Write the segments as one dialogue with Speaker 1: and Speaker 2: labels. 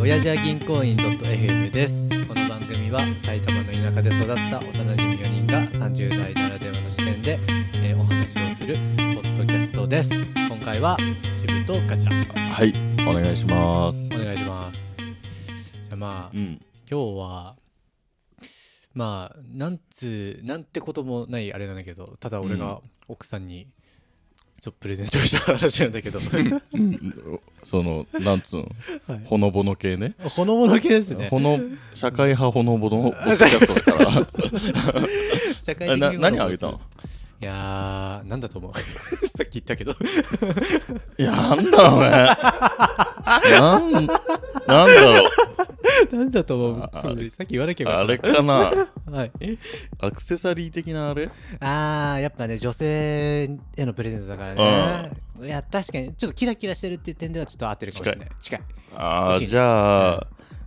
Speaker 1: 親父は銀行員 .fm ですこの番組は埼玉の田舎で育った幼馴染4人が30代ならではの視点で、えーお話をするポッドキャストです今回は渋とガチャ
Speaker 2: はい、お願いします。
Speaker 1: お願いしますじゃあまあ
Speaker 2: ん。
Speaker 1: 今日はまあなんつうなんてこともないあれなんだけどただ俺が奥さんにちょっとプレゼントした話なんだけど
Speaker 2: その、なんつうの、
Speaker 1: はい
Speaker 2: ほのぼの系ね。
Speaker 1: ほのぼの系ですね
Speaker 2: ほの、社会派ほのぼのポッドキャストだか
Speaker 1: 社会
Speaker 2: ら。
Speaker 1: 的
Speaker 2: な
Speaker 1: に
Speaker 2: 何あげたの
Speaker 1: いやーなんだと思う さっき言ったけど
Speaker 2: いや、なんだろうね。なん、なんだろ
Speaker 1: なんだと思う
Speaker 2: あ
Speaker 1: そうさっき言わなきゃ
Speaker 2: う。
Speaker 1: よか
Speaker 2: あ
Speaker 1: っ
Speaker 2: れかな。
Speaker 1: たはい、
Speaker 2: アクセサリー的なあれ
Speaker 1: あーやっぱね女性へのプレゼントだからねいや確かにちょっとキラキラしてるっていう点ではちょっと合ってるかもしれない近い
Speaker 2: あ
Speaker 1: 欲し
Speaker 2: ー
Speaker 1: い
Speaker 2: じゃあ、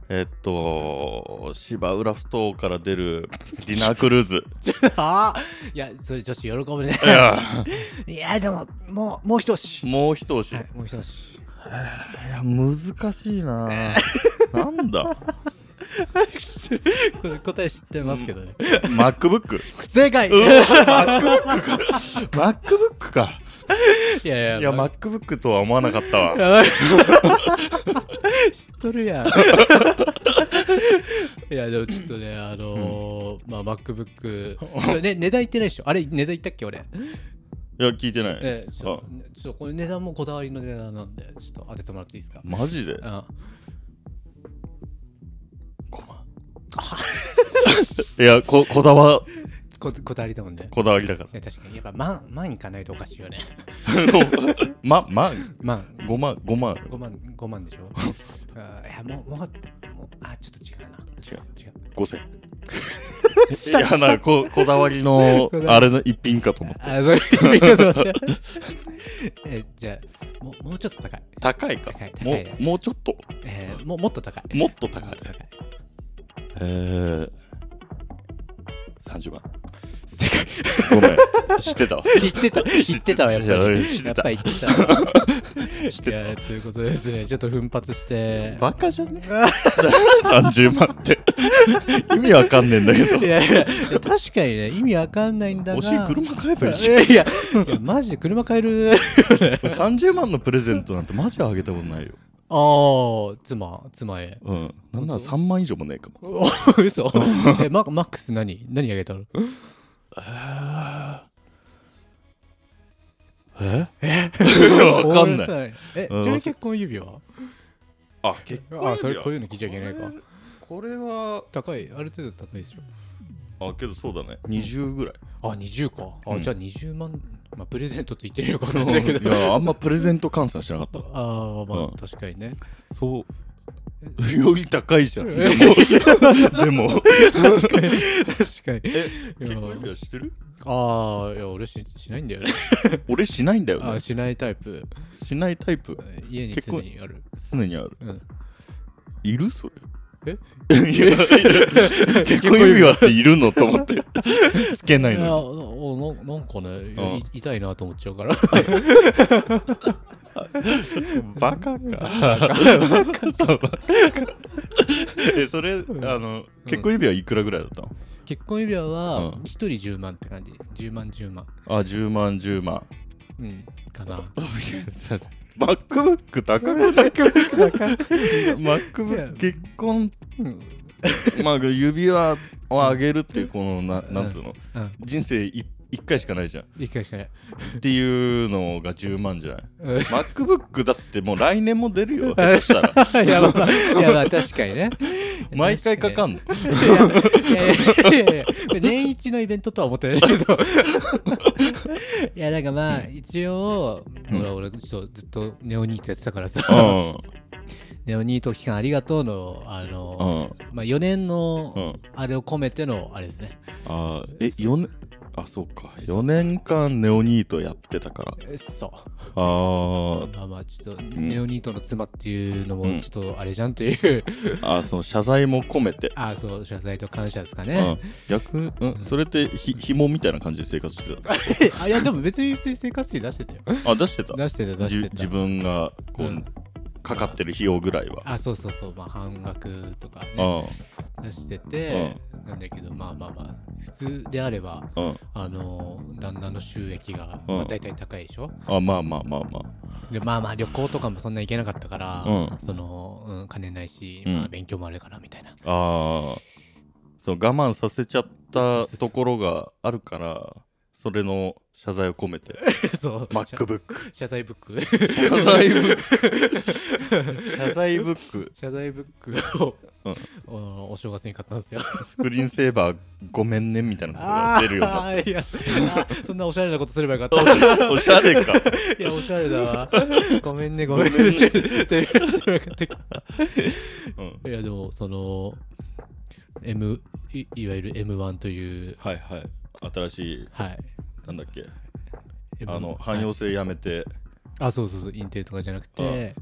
Speaker 2: えっと、芝浦ふ頭から出るディナークルーズ。
Speaker 1: ああいやそれ女子喜ぶ ね
Speaker 2: いや、
Speaker 1: いやでももうもう一押し
Speaker 2: もう一押し。
Speaker 1: はいもう一押し
Speaker 2: いや、難しいな。なんだ
Speaker 1: これ答え知ってますけどね
Speaker 2: ?MacBook。
Speaker 1: 正解
Speaker 2: う
Speaker 1: い
Speaker 2: わ MacBook か MacBook か
Speaker 1: やいや
Speaker 2: いや
Speaker 1: ま
Speaker 2: MacBook とは思わなかったわ
Speaker 1: やばい 知っとるやん いやでもちょっとねあのーまあ MacBook それね値段言ってないでしょあれ値段言ったっけ俺
Speaker 2: いや聞いてない、
Speaker 1: ええちょ
Speaker 2: あ
Speaker 1: ちょこれ値段もこだわりの値段なんでちょっと当ててもらっていいですか
Speaker 2: マジで
Speaker 1: あ
Speaker 2: 5万いやここだわ
Speaker 1: ここだわりだもんね
Speaker 2: こだわり だか
Speaker 1: ね確かにやっぱ万万いかないとおかしいよね
Speaker 2: らま万
Speaker 1: 万
Speaker 2: 5万5万
Speaker 1: 5万5万でしょあーいやもうもうもうあーちょっと違うな
Speaker 2: 違う
Speaker 1: 違う
Speaker 2: 5000いやなんかここだわり の
Speaker 1: こだわ
Speaker 2: あれの一品かと思った
Speaker 1: あーそういう意味だと思って えじゃあもうもうちょっと高い
Speaker 2: 高いか
Speaker 1: 高い高い
Speaker 2: もうもうちょっと
Speaker 1: えー、ももっと高い。
Speaker 2: もっと高
Speaker 1: もっ
Speaker 2: い
Speaker 1: と高い。
Speaker 2: えー、30万
Speaker 1: 正解。
Speaker 2: ごめん 知ってたわ
Speaker 1: 知ってた。知ってたわ、やっぱ
Speaker 2: い
Speaker 1: り。
Speaker 2: や知って
Speaker 1: やったぱり知ってたわ。
Speaker 2: 知っ
Speaker 1: い
Speaker 2: てた
Speaker 1: や、ということでですね、ちょっと奮発して。
Speaker 2: バカじゃね ?30 万って意味わかんねえんだけど
Speaker 1: いやいや、確かにね、意味わかんないんだが。
Speaker 2: 欲しい車買えばいい
Speaker 1: い
Speaker 2: し
Speaker 1: やいや、いやマジで車買える。
Speaker 2: 30万のプレゼントなんてマジであげたことないよ
Speaker 1: ああ、妻、妻へ。
Speaker 2: うんなんなら3万以上もねえかも
Speaker 1: お嘘えママックス何何あげたの
Speaker 2: ええ わかんない
Speaker 1: い。え、ち
Speaker 2: うん
Speaker 1: なみに結婚指輪
Speaker 2: あ結婚
Speaker 1: あ、それこういうの聞いちゃいけないか。
Speaker 2: これは
Speaker 1: 高い、ある程度高いでしょ。
Speaker 2: あけどそうだね20ぐらい
Speaker 1: あ、20か。あ、
Speaker 2: うん
Speaker 1: じゃあ20万、まあ、プレゼントって言ってるよ、このだけ
Speaker 2: い
Speaker 1: ど。
Speaker 2: やあんまプレゼント換算してなかった
Speaker 1: ああ、まあ、
Speaker 2: うん
Speaker 1: 確かに ね。
Speaker 2: そうより高いじゃんでもでも
Speaker 1: 確かに。確かに。
Speaker 2: え
Speaker 1: いや
Speaker 2: 結婚指輪してる
Speaker 1: ああ、いや、俺ししないんだよね。
Speaker 2: 俺しないんだよ
Speaker 1: あ
Speaker 2: ね
Speaker 1: ーしないタイプ。
Speaker 2: しないタイプ
Speaker 1: 家に
Speaker 2: 結
Speaker 1: 常
Speaker 2: 構
Speaker 1: にある。
Speaker 2: 常にある
Speaker 1: うん。
Speaker 2: いるそれ
Speaker 1: え
Speaker 2: いやい や 結婚指輪っているのと思ってつけないい
Speaker 1: やな
Speaker 2: の
Speaker 1: おななんかねい
Speaker 2: うん
Speaker 1: 痛いなと思っちゃうから
Speaker 2: バカか えそれあの結婚指輪いくらぐらいだったの
Speaker 1: 結婚指輪は
Speaker 2: うん
Speaker 1: 1人10万って感じ10万10万
Speaker 2: あ10万10万
Speaker 1: うんか な
Speaker 2: マックブック高くない
Speaker 1: 高い
Speaker 2: マックブック結婚
Speaker 1: うん
Speaker 2: まあ指輪をあげるっていうこのななんつうの
Speaker 1: うん
Speaker 2: 人生い一回しかないじゃん
Speaker 1: 一回しかない
Speaker 2: っていうのが10万じゃない
Speaker 1: うん
Speaker 2: MacBook だってもう来年も出る よ下手したら
Speaker 1: いやまあいやまあ確かに ね
Speaker 2: 毎回かか
Speaker 1: ん
Speaker 2: ん
Speaker 1: い
Speaker 2: の
Speaker 1: やいやいやいやいや年一のイベントとは思ってないけどいやなんかまあ一応
Speaker 2: うん
Speaker 1: ほら俺ちょっとずっとネオニートやってたからさ
Speaker 2: う
Speaker 1: ネオニート期間ありがとうのあの
Speaker 2: んうん
Speaker 1: まあ4年
Speaker 2: う
Speaker 1: の
Speaker 2: ん
Speaker 1: あれを込めてのあれですね
Speaker 2: あーえ四年あそうか4年間ネオニートやってたから
Speaker 1: えそう
Speaker 2: あー
Speaker 1: まあまあちょっと
Speaker 2: ん
Speaker 1: ネオニートの妻っていうの
Speaker 2: う
Speaker 1: も
Speaker 2: ん
Speaker 1: ちょっとあれじゃんっていう
Speaker 2: あーその謝罪も込めて、
Speaker 1: ああそう謝罪と感謝ですか
Speaker 2: う
Speaker 1: ね
Speaker 2: ん、逆、うん、それってひ紐みたいな感じで生活して た
Speaker 1: あいやでも別に普通に生活費出してたよ
Speaker 2: あ出してた
Speaker 1: 出してた出
Speaker 2: じ
Speaker 1: してた
Speaker 2: 自分がこう、
Speaker 1: うん
Speaker 2: かかってる費用ぐらいは。
Speaker 1: あそうそうそう、まあ、半額とか
Speaker 2: う
Speaker 1: ね
Speaker 2: ん
Speaker 1: 出してて、なんだけどまあまあまあ普通であれば
Speaker 2: うん、
Speaker 1: あの旦那の収益が、
Speaker 2: うん
Speaker 1: まあ、大体高いでしょ、
Speaker 2: あまあまあまあま
Speaker 1: でまあまあ旅行とかもそんな行けなかったから、
Speaker 2: うん
Speaker 1: その、うん、金ないし、
Speaker 2: うん
Speaker 1: まあ、勉強もあれからみたいな、
Speaker 2: あああそう我慢させちゃったところがあるからそれの謝罪を込めて
Speaker 1: そう謝
Speaker 2: MacBook
Speaker 1: 謝罪ブック
Speaker 2: 謝罪ブック 謝罪ブック
Speaker 1: 謝罪ブックを、
Speaker 2: うん
Speaker 1: おお正月に買ったんですよ
Speaker 2: スクリーンセーバーごめんねみたいなことが 出るようになっ
Speaker 1: あ ーいやあーそんなおしゃれなことすればよかった
Speaker 2: たおしゃれか
Speaker 1: いや、おしゃれだわ。 ごめんね、ごめんね。テレビ朝日が買ってきた
Speaker 2: うん
Speaker 1: いや、でも、その、M、いいわゆる M1 という、
Speaker 2: はいはい新しい
Speaker 1: はい。
Speaker 2: なんだっけ
Speaker 1: M1
Speaker 2: あの汎用性やめて
Speaker 1: あ、そうそうそう、インテルとかじゃなくて、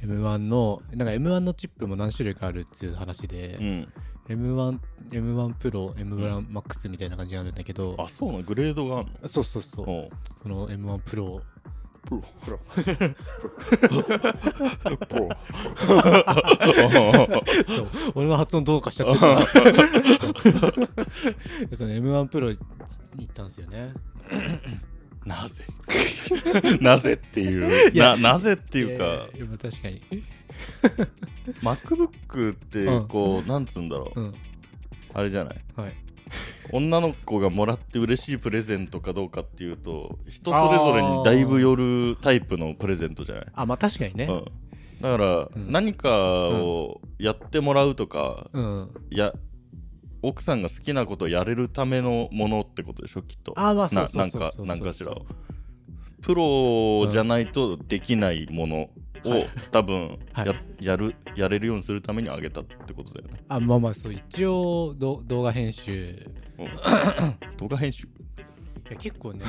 Speaker 1: M1 の、なんか M1 のチップも何種類かあるっていう話
Speaker 2: う
Speaker 1: で、
Speaker 2: ん
Speaker 1: M1、M1 Pro、M1 Max みたいな感じになるんだけど、
Speaker 2: あそうなんグレードがある
Speaker 1: そうそうそう、
Speaker 2: の
Speaker 1: その M1 Pro、
Speaker 2: プロプロプロは
Speaker 1: そう俺の発音どうかしちゃってるなその M1 プロに行ったんですよね。
Speaker 2: な ぜなぜっていう
Speaker 1: いや
Speaker 2: ななぜっていう
Speaker 1: いやい
Speaker 2: か
Speaker 1: やいやまあ確かに。
Speaker 2: MacBook って
Speaker 1: うん
Speaker 2: こうなんつうんだろ
Speaker 1: う。
Speaker 2: うんあれじゃない
Speaker 1: はい。
Speaker 2: 女の子がもらって嬉しいプレゼントかどうかっていうと人それぞれにだいぶよるタイプのプレゼントじゃない
Speaker 1: あ、まあ確かにね。
Speaker 2: うん、だから、
Speaker 1: うん
Speaker 2: 何かをやってもらうとか、
Speaker 1: うん。
Speaker 2: や奥さんが好きなことをやれるためのものってことでしょきっと
Speaker 1: あ、まあそう
Speaker 2: な
Speaker 1: そ
Speaker 2: な
Speaker 1: うんそう
Speaker 2: か
Speaker 1: そう。
Speaker 2: なんかしらをプロじゃないとできないものを、
Speaker 1: はい
Speaker 2: 多分
Speaker 1: は
Speaker 2: や,、
Speaker 1: い
Speaker 2: やるやれるようにするためにあげたってことだよね、
Speaker 1: あ、まあまあそう。一応ど動画編集。
Speaker 2: うん 動画編集
Speaker 1: いや結 構ね。
Speaker 2: う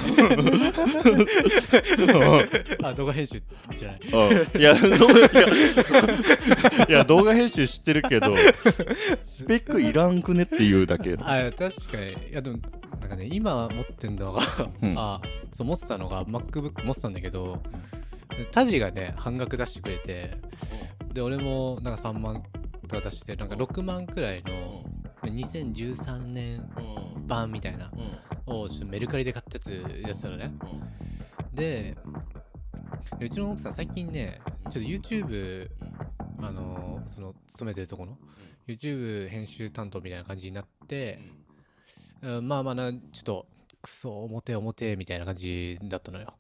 Speaker 1: あ、動画編集じゃない。
Speaker 2: んいやそういやいや動画編集知ってるけどスペックいらんくねっていうだけ
Speaker 1: あ、いや確かに。いやでも。なんかね、今持ってんのが、
Speaker 2: うん
Speaker 1: あそう持ってたのが MacBook 持ってたんだけどタジがね半額出してくれてで俺もなんか3万とか出してなんか6万くらいの2013年版みたいなをちょっとメルカリで買ったやつやつたのねででうちの奥さん最近ねちょっと YouTube あのーその勤めてるとこの YouTube 編集担当みたいな感じになって、うん、まあまあなちょっとクソ表表みたいな感じだったのよ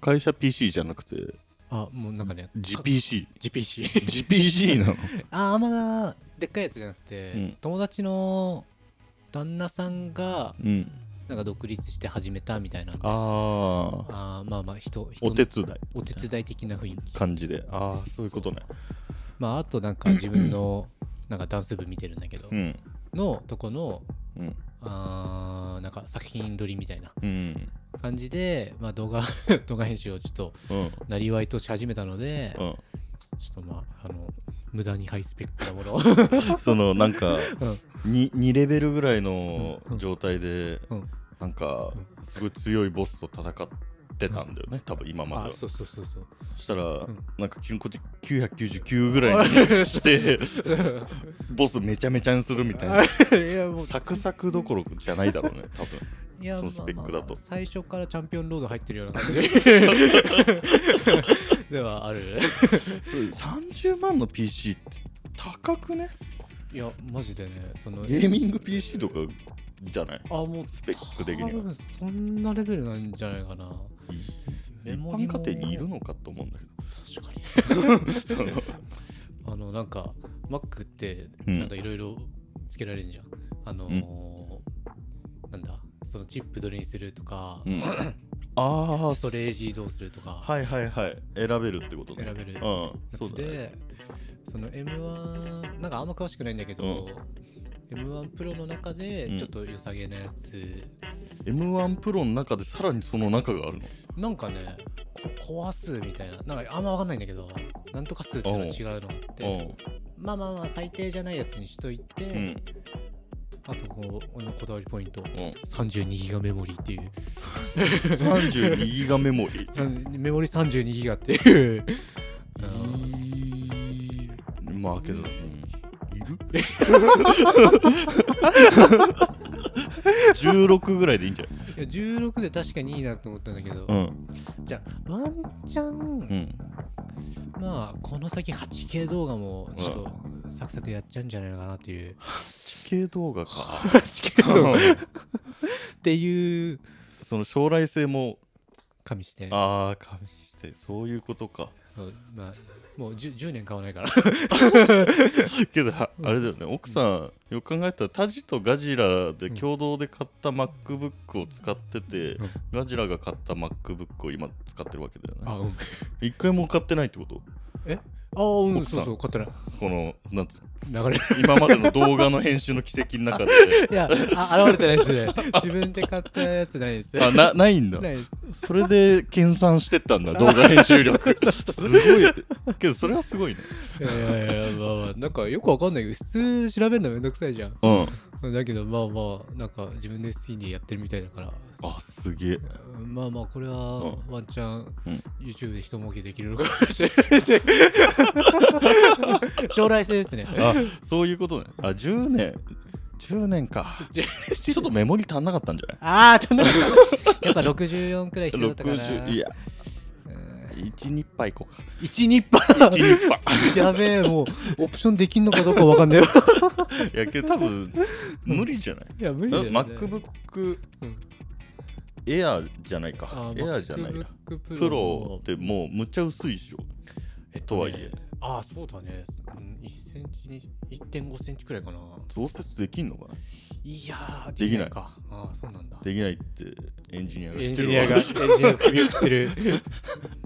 Speaker 2: 会社 PC じゃなくて
Speaker 1: あもうなんかね
Speaker 2: GPC
Speaker 1: か GPC
Speaker 2: GPC なの
Speaker 1: ああまだでっかいやつじゃなくて、
Speaker 2: うん
Speaker 1: 友達の旦那さんが
Speaker 2: うん
Speaker 1: なんか独立して始めたみたいなあ
Speaker 2: ああ
Speaker 1: あーまあまあ人人
Speaker 2: お
Speaker 1: の
Speaker 2: 手伝い
Speaker 1: お手伝い的な雰囲気
Speaker 2: 感じでああそういうことね
Speaker 1: まああとなんか自分の なんかダンス部見てるんだけど、
Speaker 2: うん
Speaker 1: のとこの
Speaker 2: うん
Speaker 1: あーなんか作品撮りみたいな
Speaker 2: うん
Speaker 1: 感じで、まあ、動画 動画編集をちょっと
Speaker 2: うん
Speaker 1: なりわいとし始めたので、
Speaker 2: うん
Speaker 1: ちょっとまああの無駄にハイスペックなものを
Speaker 2: そのなんか
Speaker 1: うん
Speaker 2: に 2, レベルぐらいの状態で
Speaker 1: うん
Speaker 2: なんかすごい強いボスと戦ってたんだよね多分今ま
Speaker 1: あ
Speaker 2: で
Speaker 1: そうそうそうそう
Speaker 2: そしたら
Speaker 1: ん
Speaker 2: なんか急にこっち999ぐらいに してボスめちゃめちゃにするみたい ない
Speaker 1: やもう
Speaker 2: サクサクどころじゃないだろうね多分
Speaker 1: いや
Speaker 2: そのスペック
Speaker 1: ま
Speaker 2: だと
Speaker 1: あまあ最初からチャンピオンロード入ってるような 感じではある
Speaker 2: 30万の PC って高くね
Speaker 1: いやマジでねその
Speaker 2: ゲーミング PC とかじゃない
Speaker 1: あもう
Speaker 2: スペック的には
Speaker 1: 多分そんなレベルなんじゃないかな
Speaker 2: 一
Speaker 1: メモリ
Speaker 2: 般
Speaker 1: も
Speaker 2: 家庭にいるのかと思うんだけ
Speaker 1: 確かに
Speaker 2: どその
Speaker 1: あのなんか Mac って
Speaker 2: うん
Speaker 1: なんかいろいろつけられるじゃん、あのーなんだそのチップどれにするとか、
Speaker 2: うんああ
Speaker 1: ストレージどうするとか
Speaker 2: はいはいはい選べるってことね
Speaker 1: 選べる
Speaker 2: うん
Speaker 1: や
Speaker 2: そ
Speaker 1: や
Speaker 2: う
Speaker 1: つ
Speaker 2: だ
Speaker 1: で、
Speaker 2: ね
Speaker 1: その M1 なんかあんま詳しくないんだけど、M1 プロの中で
Speaker 2: うん
Speaker 1: ちょっと良さげなやつ、
Speaker 2: M1 プロの中でさらにその中があるの
Speaker 1: なんかねこ壊すみたいななんかあんま分かんないんだけどなんとか数っていうのは違うのがあってまあまあまあ最低じゃないやつにしといて、
Speaker 2: うんうん
Speaker 1: あとこう俺のこだわりポイント
Speaker 2: うん
Speaker 1: 32ギガメモリーっていう
Speaker 2: 32ギガメモリ
Speaker 1: さんメモリ32ギガっていう
Speaker 2: いんま開けず、うん、い る16ぐらいでいいんじゃな
Speaker 1: いや
Speaker 2: い
Speaker 1: 16で確かにいいなと思ったんだけど、
Speaker 2: うん
Speaker 1: じゃあワンチャン、
Speaker 2: うん
Speaker 1: まあこの先 8K 動画もちょっとサクサクやっちゃうんじゃないのかなっていう
Speaker 2: 地形動画か
Speaker 1: 8K 動画っ
Speaker 2: うん
Speaker 1: ていう
Speaker 2: その将来性も
Speaker 1: 加味して
Speaker 2: ああかみしてそういうことか
Speaker 1: そうまあもう 10, 10年買わないから
Speaker 2: けどああれだよね奥さんよく考えたらタジとガジラで共同で買った MacBook を使ってて、
Speaker 1: うん
Speaker 2: ガジラが買った MacBook を今使ってるわけだよね
Speaker 1: あうん
Speaker 2: 一回も買ってないってこと
Speaker 1: あうん
Speaker 2: 奥さん
Speaker 1: そうそう買ったら
Speaker 2: このなんつう
Speaker 1: 流 れ
Speaker 2: 今までの動画の編集の奇跡の中で
Speaker 1: いやあ現れてないですね自分で買ったやつないですね
Speaker 2: あなないんだ
Speaker 1: ないです
Speaker 2: それで研鑽してっ たんだ動画編集力すごいけどそれはすごいね
Speaker 1: いやいやいやまあまあなんかよくわかんないけど普通調べるのめんどくさいじゃん
Speaker 2: うん
Speaker 1: だけどまあまあなんか自分で好きにやってるみたいだから
Speaker 2: あすげえ
Speaker 1: まあまあこれは
Speaker 2: う
Speaker 1: ワンチャン
Speaker 2: うん
Speaker 1: YouTube で一儲けできるのかもしれない し将来性ですね
Speaker 2: あそういうことねあ10年10年 かちょっとメモリ足んなかったんじゃない
Speaker 1: ああ足んなかったやっぱ64くらい必要だったかな
Speaker 2: 60いや12杯行こうか
Speaker 1: 12パ
Speaker 2: 12 杯
Speaker 1: やべえもうオプションできんのかどうかわかんないよ
Speaker 2: いやけど多分無理じゃない
Speaker 1: いや無理だよ、ね、
Speaker 2: MacBook
Speaker 1: うん
Speaker 2: エアーじゃないか
Speaker 1: あ
Speaker 2: エアーじゃないな
Speaker 1: MacBook
Speaker 2: プロってもうむっちゃ薄いでしょ
Speaker 1: えっ
Speaker 2: とはいえ
Speaker 1: ああそうだねうん1センチに1.5センチくらいかな
Speaker 2: 増設できんのかない
Speaker 1: やー
Speaker 2: できない
Speaker 1: かああそうなんだ
Speaker 2: できないってエンジニアが
Speaker 1: エ
Speaker 2: 言
Speaker 1: ン
Speaker 2: っ
Speaker 1: ジ
Speaker 2: て
Speaker 1: ニ
Speaker 2: る
Speaker 1: ア
Speaker 2: わ
Speaker 1: がエンジニアが首を振ってる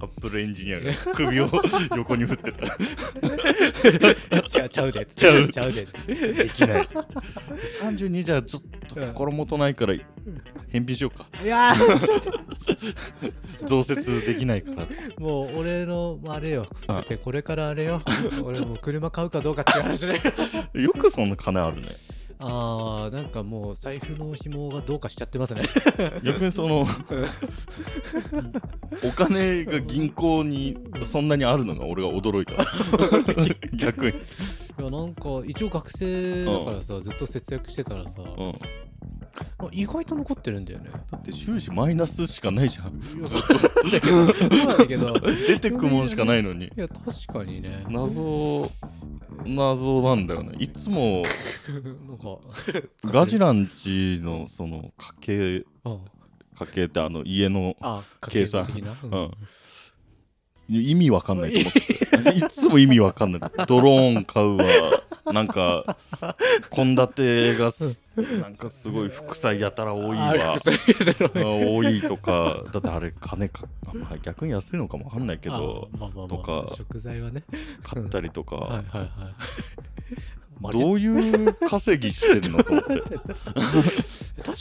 Speaker 2: アップルエンジニアが首を横に振ってた
Speaker 1: ちゃちゃうで
Speaker 2: ちゃう
Speaker 1: ちゃうでできない
Speaker 2: 32じゃちょっと心もとないから返品しようか
Speaker 1: いやー
Speaker 2: 増設できないからって
Speaker 1: もう俺のあれよ
Speaker 2: あ
Speaker 1: だってこれからあれよ俺もう車買うかどうかっていう話ね
Speaker 2: よくそんな金あるね
Speaker 1: あーなんかもう財布の紐がどうかしちゃってますね
Speaker 2: 逆にそ のお金が銀行にそんなにあるのが俺が驚いた 逆に、
Speaker 1: いやなんか一応学生だからさ、ずっと節約してたらさ、
Speaker 2: うん、だ
Speaker 1: あ意外と残ってるんだよね
Speaker 2: って収支マイナスしかないじゃん
Speaker 1: いやそうなんだけど
Speaker 2: 出てくもんしかないのに
Speaker 1: いや確かにねなんか
Speaker 2: 謎謎なんだよねいつもガジ
Speaker 1: ラ
Speaker 2: ランチのその家計
Speaker 1: あ
Speaker 2: 家計ってあの家の、
Speaker 1: あ家
Speaker 2: 計
Speaker 1: 計
Speaker 2: 算
Speaker 1: 算的な、う
Speaker 2: うん、意味わかんないと思ってたいつも意味わかんないドローン買うわなんか献立がすなんかすごい副菜やたら多い
Speaker 1: あ
Speaker 2: わ
Speaker 1: れそういう
Speaker 2: あ
Speaker 1: の
Speaker 2: 多いとかだってあれ金か、まあ、逆に安いのかもわかんないけど
Speaker 1: あまあまあまあ
Speaker 2: とか
Speaker 1: 食材はね
Speaker 2: 買ったりとか、
Speaker 1: はいはいはいまあ
Speaker 2: どういう稼ぎしてんのと思って
Speaker 1: 確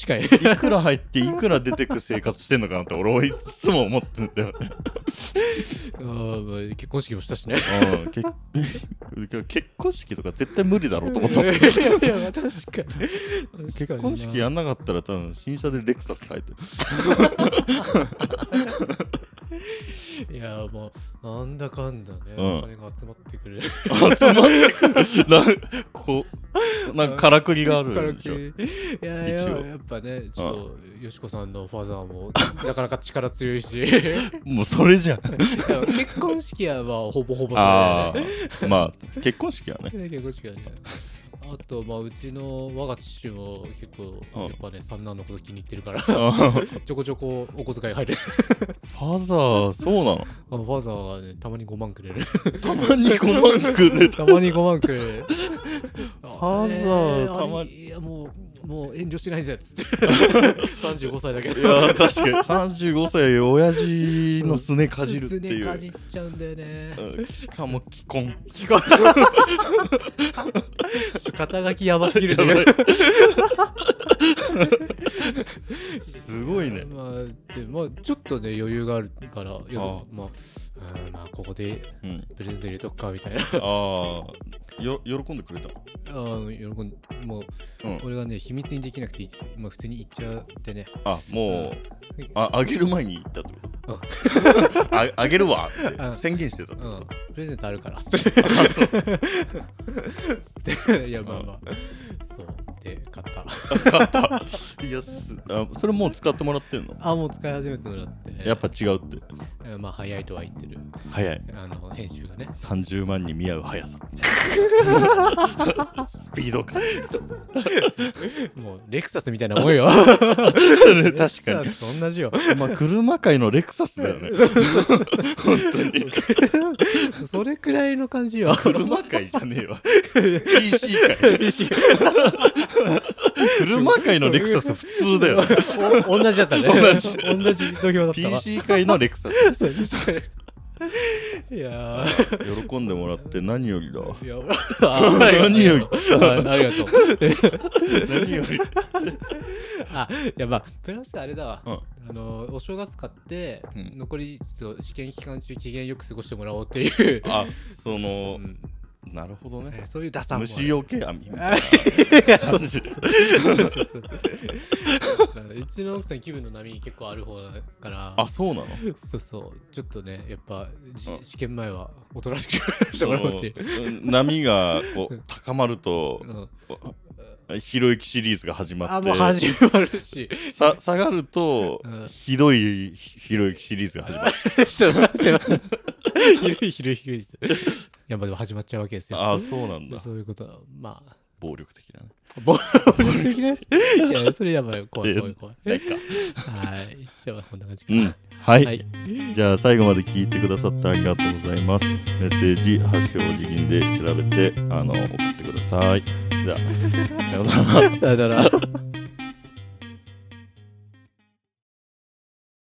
Speaker 1: かに
Speaker 2: いくら入っていくら出てく生活してんのかなって俺はいつも思ってんだよね
Speaker 1: あーまあ結婚式もしたしね
Speaker 2: うんけ 結婚式とか絶対無理だろうと思っ
Speaker 1: い
Speaker 2: た
Speaker 1: やいやいや確かに
Speaker 2: 結婚式やんなかったら多分新車でレクサス書いてる
Speaker 1: いやもうなんだかんだね、
Speaker 2: うん
Speaker 1: お金が集まってくる
Speaker 2: 集まってくるなこうなんかからくりがあるでしょ
Speaker 1: いやいや
Speaker 2: 一応
Speaker 1: やっぱねちょっとよしこさんのファザーもなかなか力強いしい
Speaker 2: もうそれじゃん
Speaker 1: や結婚式はまあほぼほぼそれだ
Speaker 2: あ
Speaker 1: よね
Speaker 2: あまあ結婚式はね
Speaker 1: 結婚式はねあとまあうちの我が父も結構
Speaker 2: うん
Speaker 1: やっぱね三男のこと気に入ってるから
Speaker 2: あー
Speaker 1: ちょこちょこお小遣い入 る
Speaker 2: ファザーそうなの
Speaker 1: あのファザーはねたまに5万くれる
Speaker 2: たまに5万くれる
Speaker 1: たまに5万くれ るフ
Speaker 2: ァザーたま
Speaker 1: にいやもうもう遠慮しないぜっつって 35歳だけど
Speaker 2: いや確かに35歳親父のすねかじるってい
Speaker 1: すね
Speaker 2: う
Speaker 1: かじっちゃうんだよね
Speaker 2: うんしかも既婚
Speaker 1: 肩書きやばすぎる
Speaker 2: やばいすごいね。
Speaker 1: まあ、でまあ、ちょっとね、余裕があるから、よ
Speaker 2: ああ
Speaker 1: そまあ、うんまあ、ここで
Speaker 2: うん。
Speaker 1: プレゼント入れとくか、みた いな。
Speaker 2: ああ、よ、喜んでくれた。
Speaker 1: ああ、喜んもう、
Speaker 2: うん。
Speaker 1: 俺がね、秘密にできなくて、まあ、普通に行っちゃってね。
Speaker 2: あ、も
Speaker 1: う
Speaker 2: う、
Speaker 1: ん
Speaker 2: あ、あげる前に言ったってことああげるわ
Speaker 1: う
Speaker 2: っ
Speaker 1: ん
Speaker 2: て宣言してたって
Speaker 1: う
Speaker 2: こ
Speaker 1: ん
Speaker 2: と、
Speaker 1: プレゼントある から。つ っていや、まあまあ。そう。で、買った。
Speaker 2: 買った。いや、すあそれもう使ってもらってんの
Speaker 1: あ、もう使い始めてもらって。
Speaker 2: やっぱ違うって。
Speaker 1: え。まあ、早いとは言ってる。
Speaker 2: 早い。
Speaker 1: あの、編集 がね。
Speaker 2: 30万に見合う速さ。スピード感。
Speaker 1: もう、レクサスみたいなもん よ。
Speaker 2: 確か
Speaker 1: レクサスと同じ よ。
Speaker 2: に。まあ、車界のレクサスだよね。本当に。
Speaker 1: それくらいの感じよ。
Speaker 2: 車界じゃねえわ。PC 界。車界のレクサス普通だよ。
Speaker 1: お 同じだったね。
Speaker 2: 同じ
Speaker 1: 同じ土俵だったわ。
Speaker 2: PC 界のレクサス。
Speaker 1: そう確かにいやー
Speaker 2: 喜んでもらって何よりだ。
Speaker 1: いや、あ
Speaker 2: 何より。
Speaker 1: あありが とう。
Speaker 2: 何より。
Speaker 1: あ、いや、まあ、プラスあれだわ。
Speaker 2: うん
Speaker 1: あの、お正月買って、
Speaker 2: うん
Speaker 1: 残り、ちょっと試験期間中、機嫌よく過ごしてもらおうっていう。
Speaker 2: あ、その
Speaker 1: う、ん
Speaker 2: なるほどね。
Speaker 1: そういう打算もある。
Speaker 2: 虫よけ網みたい
Speaker 1: あい
Speaker 2: な感じ。
Speaker 1: そうそうそううちの奥さん気分の波結構ある方だから
Speaker 2: あ、そうなの
Speaker 1: そうそうちょっとねやっぱじ
Speaker 2: うん
Speaker 1: 試験前はおとなしく してもらおうっていう、
Speaker 2: そのうん波がこう高まると
Speaker 1: う、ん、
Speaker 2: ひろゆきシリーズが始ま
Speaker 1: あ
Speaker 2: っ
Speaker 1: もう
Speaker 2: て、
Speaker 1: 始まるし
Speaker 2: さ下がると
Speaker 1: うん、
Speaker 2: ひどいひろゆきシリーズが始まる。
Speaker 1: ちょっと待って待って昼昼昼ですいやっぱでも始まっちゃうわけですよ
Speaker 2: あ、そうなんだ。
Speaker 1: そういうことはまあ
Speaker 2: 暴力的だね。
Speaker 1: 暴力的なやついやそれやばい怖い怖い怖い
Speaker 2: ないか。
Speaker 1: はいじゃあこんな感じか
Speaker 2: う
Speaker 1: な、
Speaker 2: ん。は。
Speaker 1: はいい
Speaker 2: じゃあ最後まで聞いてくださってありがとうございます。メッセージ、発祥辞儀で調べて、あの、送ってください。じゃあ、さようなら。
Speaker 1: さよなら